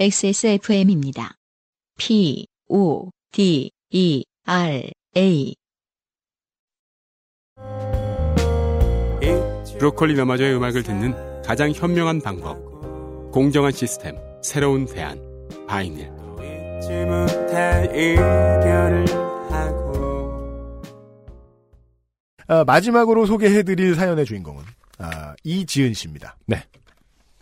XSFM입니다. P, O, D, E, R, A. 브로콜리 너마저의 음악을 듣는 가장 현명한 방법. 공정한 시스템, 새로운 대안, 바이닐. 아, 마지막으로 소개해드릴 사연의 주인공은 아, 이지은 씨입니다. 네.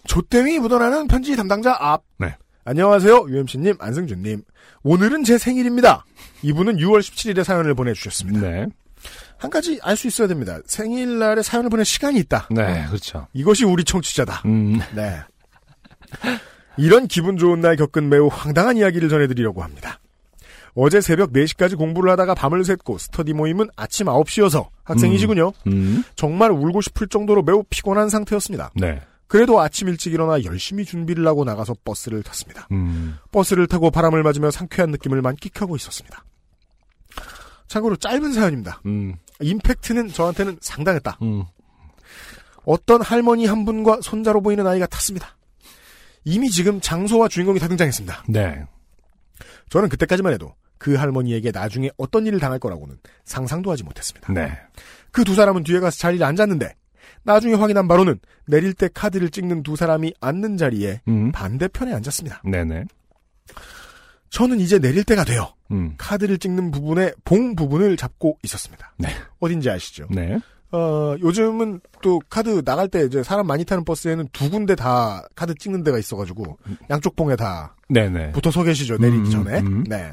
조땜이 묻어나는 편지 담당자 앞. 네. 안녕하세요, UMC님, 안승준님. 오늘은 제 생일입니다. 이분은 6월 17일에 사연을 보내주셨습니다. 네. 한 가지 알 수 있어야 됩니다. 생일날에 사연을 보낼 시간이 있다. 네, 그렇죠. 이것이 우리 청취자다. 음, 네. 이런 기분 좋은 날 겪은 매우 황당한 이야기를 전해드리려고 합니다. 어제 새벽 4시까지 공부를 하다가 밤을 샜고 스터디 모임은 아침 9시여서 학생이시군요. 음, 정말 울고 싶을 정도로 매우 피곤한 상태였습니다. 네, 그래도 아침 일찍 일어나 열심히 준비를 하고 나가서 버스를 탔습니다. 음, 버스를 타고 바람을 맞으며 상쾌한 느낌을 만끽하고 있었습니다. 참고로 짧은 사연입니다. 음, 임팩트는 저한테는 상당했다. 음, 어떤 할머니 한 분과 손자로 보이는 아이가 탔습니다. 이미 지금 장소와 주인공이 다 등장했습니다. 네, 저는 그때까지만 해도 그 할머니에게 나중에 어떤 일을 당할 거라고는 상상도 하지 못했습니다. 네, 그 두 사람은 뒤에 가서 자리를 앉았는데 나중에 확인한 바로는 내릴 때 카드를 찍는 두 사람이 앉는 자리에 음, 반대편에 앉았습니다. 네네, 저는 이제 내릴 때가 돼요. 음, 카드를 찍는 부분에 봉 부분을 잡고 있었습니다. 네. 어딘지 아시죠? 네, 어, 요즘은 또 카드 나갈 때 이제 사람 많이 타는 버스에는 두 군데 다 카드 찍는 데가 있어가지고 양쪽 봉에 다 네네, 붙어 서 계시죠. 내리기 음, 전에. 음. 네.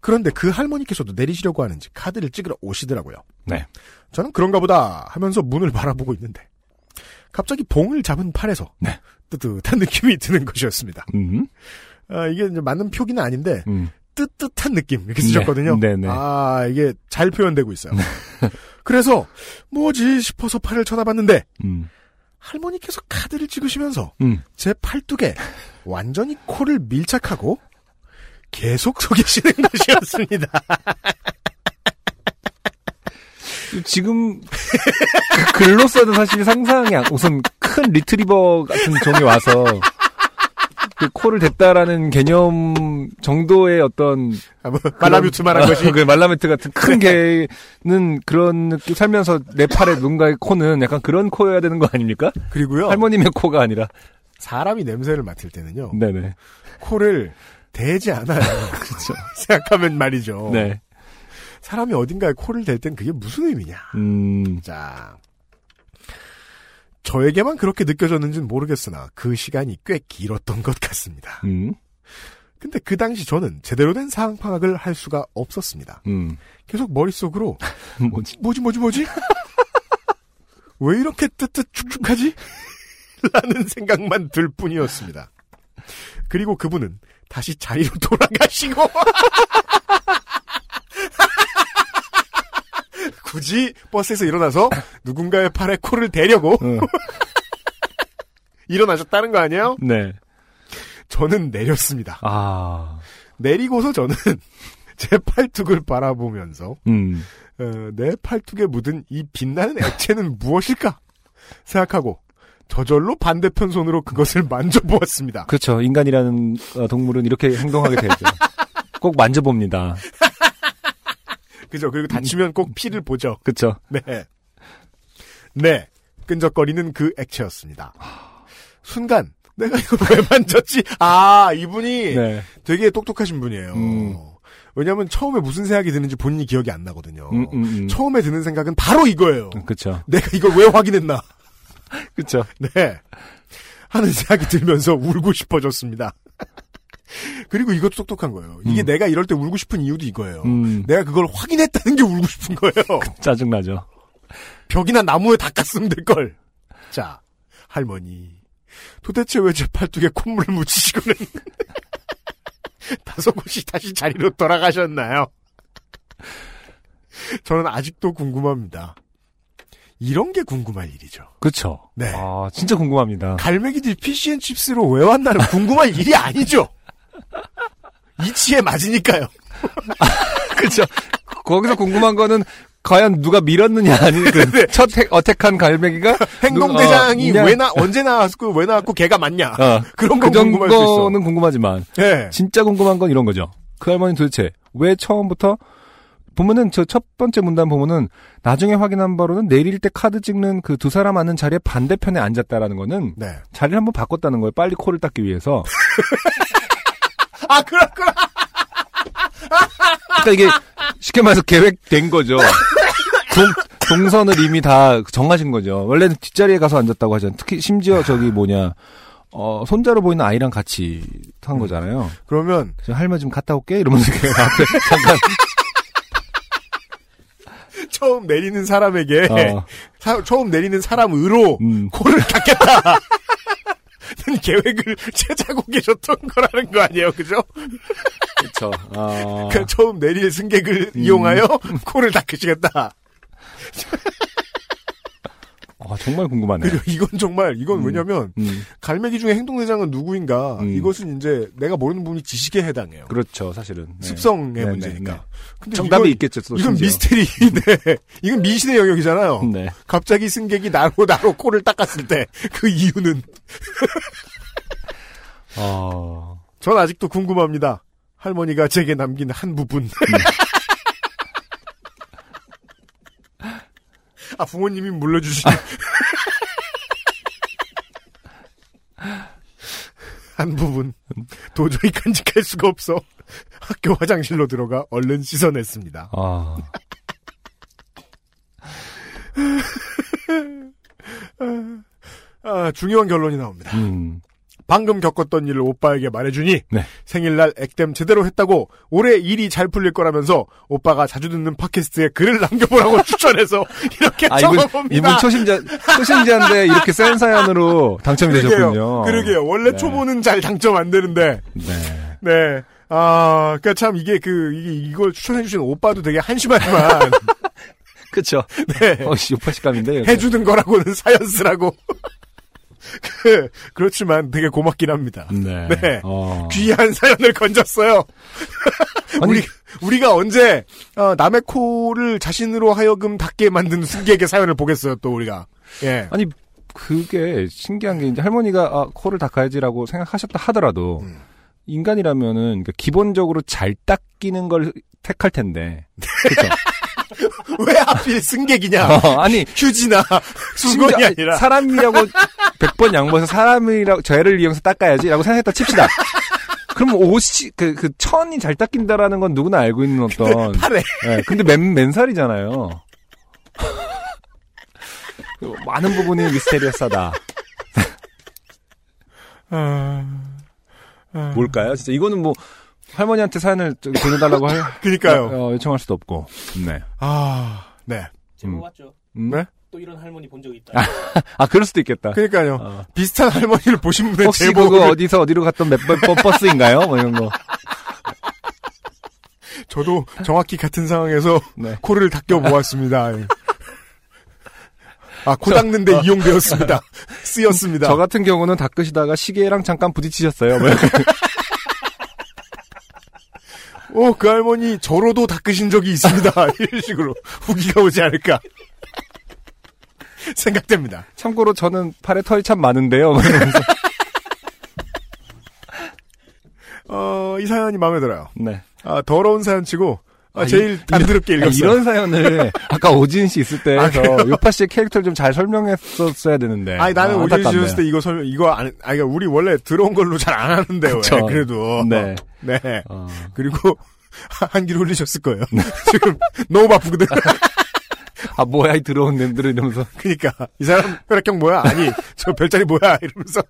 그런데 그 할머니께서도 내리시려고 하는지 카드를 찍으러 오시더라고요. 네, 저는 그런가 보다 하면서 문을 바라보고 있는데 갑자기 봉을 잡은 팔에서 네. 뜨뜻한 느낌이 드는 것이었습니다. 음, 아, 이게 이제 맞는 표기는 아닌데 음, 뜨뜻한 느낌 이렇게 쓰셨거든요. 네, 네, 네. 아 이게 잘 표현되고 있어요. 그래서 뭐지 싶어서 팔을 쳐다봤는데 음, 할머니께서 카드를 찍으시면서 음, 제 팔뚝에 완전히 코를 밀착하고 계속 속이시는 것이었습니다. 지금 그 글로서는 사실 상상이 안, 우선 큰 리트리버 같은 종이 와서 그 코를 댔다라는 개념 정도의 어떤 아, 뭐 말라뮤트 말한 것이 그 말라뮤트 같은 큰 개는 그런 느낌 살면서 내 팔에 누군가의 코는 약간 그런 코여야 되는 거 아닙니까? 그리고요 할머님의 코가 아니라 사람이 냄새를 맡을 때는요 네네 코를 대지 않아요. 그렇죠 생각하면 말이죠. 네 사람이 어딘가에 코를 댈 땐 그게 무슨 의미냐. 음, 자. 저에게만 그렇게 느껴졌는지는 모르겠으나 그 시간이 꽤 길었던 것 같습니다. 음, 근데 그 당시 저는 제대로 된 상황 파악을 할 수가 없었습니다. 음, 계속 머릿속으로 뭐지? 뭐지 뭐지 뭐지? 왜 이렇게 뜨뜻 축축하지? 라는 생각만 들 뿐이었습니다. 그리고 그분은 다시 자리로 돌아가시고 굳이 버스에서 일어나서 누군가의 팔에 코를 대려고 어, 일어나셨다는 거 아니에요? 네. 저는 내렸습니다. 아, 내리고서 저는 제 팔뚝을 바라보면서 음, 어, 내 팔뚝에 묻은 이 빛나는 액체는 무엇일까 생각하고 저절로 반대편 손으로 그것을 만져보았습니다. 그렇죠. 인간이라는 어, 동물은 이렇게 행동하게 되죠. 꼭 만져봅니다. 그죠? 그리고 다치면 꼭 피를 보죠. 그렇죠. 네. 네. 끈적거리는 그 액체였습니다. 순간 내가 이걸 왜 만졌지? 아 이분이 네. 되게 똑똑하신 분이에요. 음. 왜냐하면 처음에 무슨 생각이 드는지 본인이 기억이 안 나거든요. 음, 음, 음. 처음에 드는 생각은 바로 이거예요. 그렇죠. 내가 이걸 왜 확인했나? 그렇죠. 네. 하는 생각이 들면서 울고 싶어졌습니다. 그리고 이것도 똑똑한 거예요. 이게 음. 내가 이럴 때 울고 싶은 이유도 이거예요. 음, 네, 내가 그걸 확인했다는 게 울고 싶은 거예요. 짜증나죠. 벽이나 나무에 닦았으면 될 걸. 자, 할머니. 도대체 왜 제 팔뚝에 콧물을 묻히시고는 다섯 곳이 다시 자리로 돌아가셨나요? 저는 아직도 궁금합니다. 이런 게 궁금할 일이죠. 그렇죠. 네. 아, 진짜 궁금합니다. 갈매기들이 피시앤칩스로 왜 왔나는 궁금할 일이 아니죠. 이치에 맞으니까요. 그렇죠. 거기서 궁금한 거는 과연 누가 밀었느냐 아니 그첫 어택한 갈매기가 네. 행동대장이 누가- 어, 왜 나, 언제 나왔고, 왜 나왔고, 걔가 맞냐. 어, 그런 그 건 궁금할 수 있어. 정도는 궁금하지만 예. 네. 진짜 궁금한 건 이런 거죠. 그 할머니 도대체 왜 처음부터 보면은 저 첫 번째 문단 보면은 나중에 확인한 바로는 내릴 때 카드 찍는 그 두 사람 앉는 자리에 반대편에 앉았다라는 거는 네. 자리를 한번 바꿨다는 거예요. 빨리 코를 닦기 위해서. 아, 그렇구나. 그러니까 이게 쉽게 말해서 계획된 거죠. 동, 선을 이미 다 정하신 거죠. 원래는 뒷자리에 가서 앉았다고 하잖아요. 특히 심지어 저기 뭐냐 어, 손자로 보이는 아이랑 같이 음. 탄 거잖아요. 그러면, 지금 할머니 좀 갔다 올게 이러면서 이렇게 앞에 잠깐 처음 내리는 사람에게, 어, 사- 처음 내리는 사람으로, 음. 코를 닦겠다. 는 계획을 짜자고 계셨던 거라는 거 아니에요, 그죠? 그렇죠. 어. 음. 그러니까 처음 내릴 승객을 이용하여 코를 닦으시겠다. 아, 정말 궁금하네요. 그리고 이건 정말, 이건 왜냐면, 음, 갈매기 중에 행동대장은 누구인가, 음. 이것은 이제 내가 모르는 부분이 지식에 해당해요. 그렇죠, 사실은. 네. 습성의 네, 네, 문제니까. 네. 근데 정답이 이건- 있겠죠, 또 이건 심지어. 미스테리인데 네. 이건 미신의 영역이잖아요. 네. 갑자기 승객이 나로 나로 코를 닦았을 때 그 이유는 어, 전 아직도 궁금합니다. 할머니가 제게 남긴 한 부분. 아 부모님이 물려주신 한 부분 도저히 간직할 수가 없어 학교 화장실로 들어가 얼른 씻어냈습니다. 아. 아, 중요한 결론이 나옵니다. 음. 방금 겪었던 일을 오빠에게 말해주니 네. 생일날 액땜 제대로 했다고 올해 일이 잘 풀릴 거라면서 오빠가 자주 듣는 팟캐스트에 글을 남겨보라고 추천해서 이렇게 아, 이분, 적어봅니다. 이분 초심자, 초심자인데 이렇게 센 사연으로 당첨이 되셨군요. 그러게요. 그러게요. 원래 네. 초보는 잘 당점 안 되는데. 네. 네. 아, 그니까 참 이게 그, 이게 이걸 추천해주신 오빠도 되게 한심하지만, 그쵸. 네. 어, 씨, 요파식감인데. 이거. 해주는 거라고는 사연 쓰라고. 그, 그렇지만 되게 고맙긴 합니다. 네. 네. 어. 귀한 사연을 건졌어요. 아니, 우리, 우리가 언제 어, 남의 코를 자신으로 하여금 닫게 만든 승객의 사연을 보겠어요, 또 우리가. 예. 아니, 그게 신기한 게 이제 할머니가 아, 코를 닦아야지라고 생각하셨다 하더라도 음. 인간이라면은 그러니까 기본적으로 잘 닦이는 걸 택할 텐데. 그쵸. 왜 하필 승객이냐? 어, 아니, 휴지나 수건이 심지어 아니라. 사람이라고 100번 양보해서 사람이라고 죄를 이용해서 닦아야지라고 생각했다 칩시다. 그럼 옷이 그, 그 천이 잘 닦인다라는 건 누구나 알고 있는 어떤 팔에 예, 근데 맨 맨살이잖아요. 그 많은 부분이 미스테리했사다. 아. 뭘까요? 진짜 이거는 뭐 할머니한테 사연을 좀 보내달라고 할, 그니까요. 어, 요청할 수도 없고. 네. 아, 네. 제보 음. 왔죠. 음? 네? 또 이런 할머니 본 적 있다. 아 그럴 수도 있겠다. 그니까요. 어. 비슷한 할머니를 보신 분의 혹시 제보 그거 를 어디서 어디로 갔던 몇번 버스인가요? 뭐 이런 거. 저도 정확히 같은 상황에서 네. 코를 닦여 보았습니다. 예. 아, 코 닦는데 이용되었습니다. 쓰였습니다. 저 같은 경우는 닦으시다가 시계랑 잠깐 부딪히셨어요. 뭐 약간 오, 그 할머니 저로도 닦으신 적이 있습니다. 이런 식으로 후기가 오지 않을까 생각됩니다. 참고로 저는 팔에 털이 참 많은데요. 뭐 이러면서. 어, 이 사연이 마음에 들어요. 네. 아, 더러운 사연치고 아, 아, 제일 단드럽게 아, 읽었어요. 이런 사연을 아까 오진 씨 있을 때 아, 해서 그래요? 요파 씨의 캐릭터를 좀 잘 설명했었어야 되는데. 아니 나는 아, 오디션 안타깝네요. 지었을 때 이거 설명 이거 안 아니 그러니까 우리 원래 들어온 걸로 잘 안 하는데 왜 그쵸. 그래도 네. 네. 어, 그리고 한길 흘리셨을 거예요. 지금 너무 바쁘거든. 아 뭐야 이 들어온 놈들은 이러면서 그러니까 이 사람 혈액형 뭐야? 아니 저 별자리 뭐야? 이러면서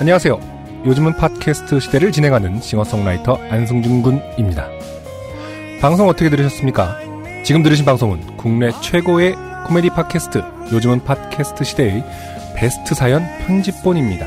안녕하세요. 요즘은 팟캐스트 시대를 진행하는 싱어송라이터 안승준 군입니다. 방송 어떻게 들으셨습니까? 지금 들으신 방송은 국내 최고의 코미디 팟캐스트 요즘은 팟캐스트 시대의 베스트 사연 편집본입니다.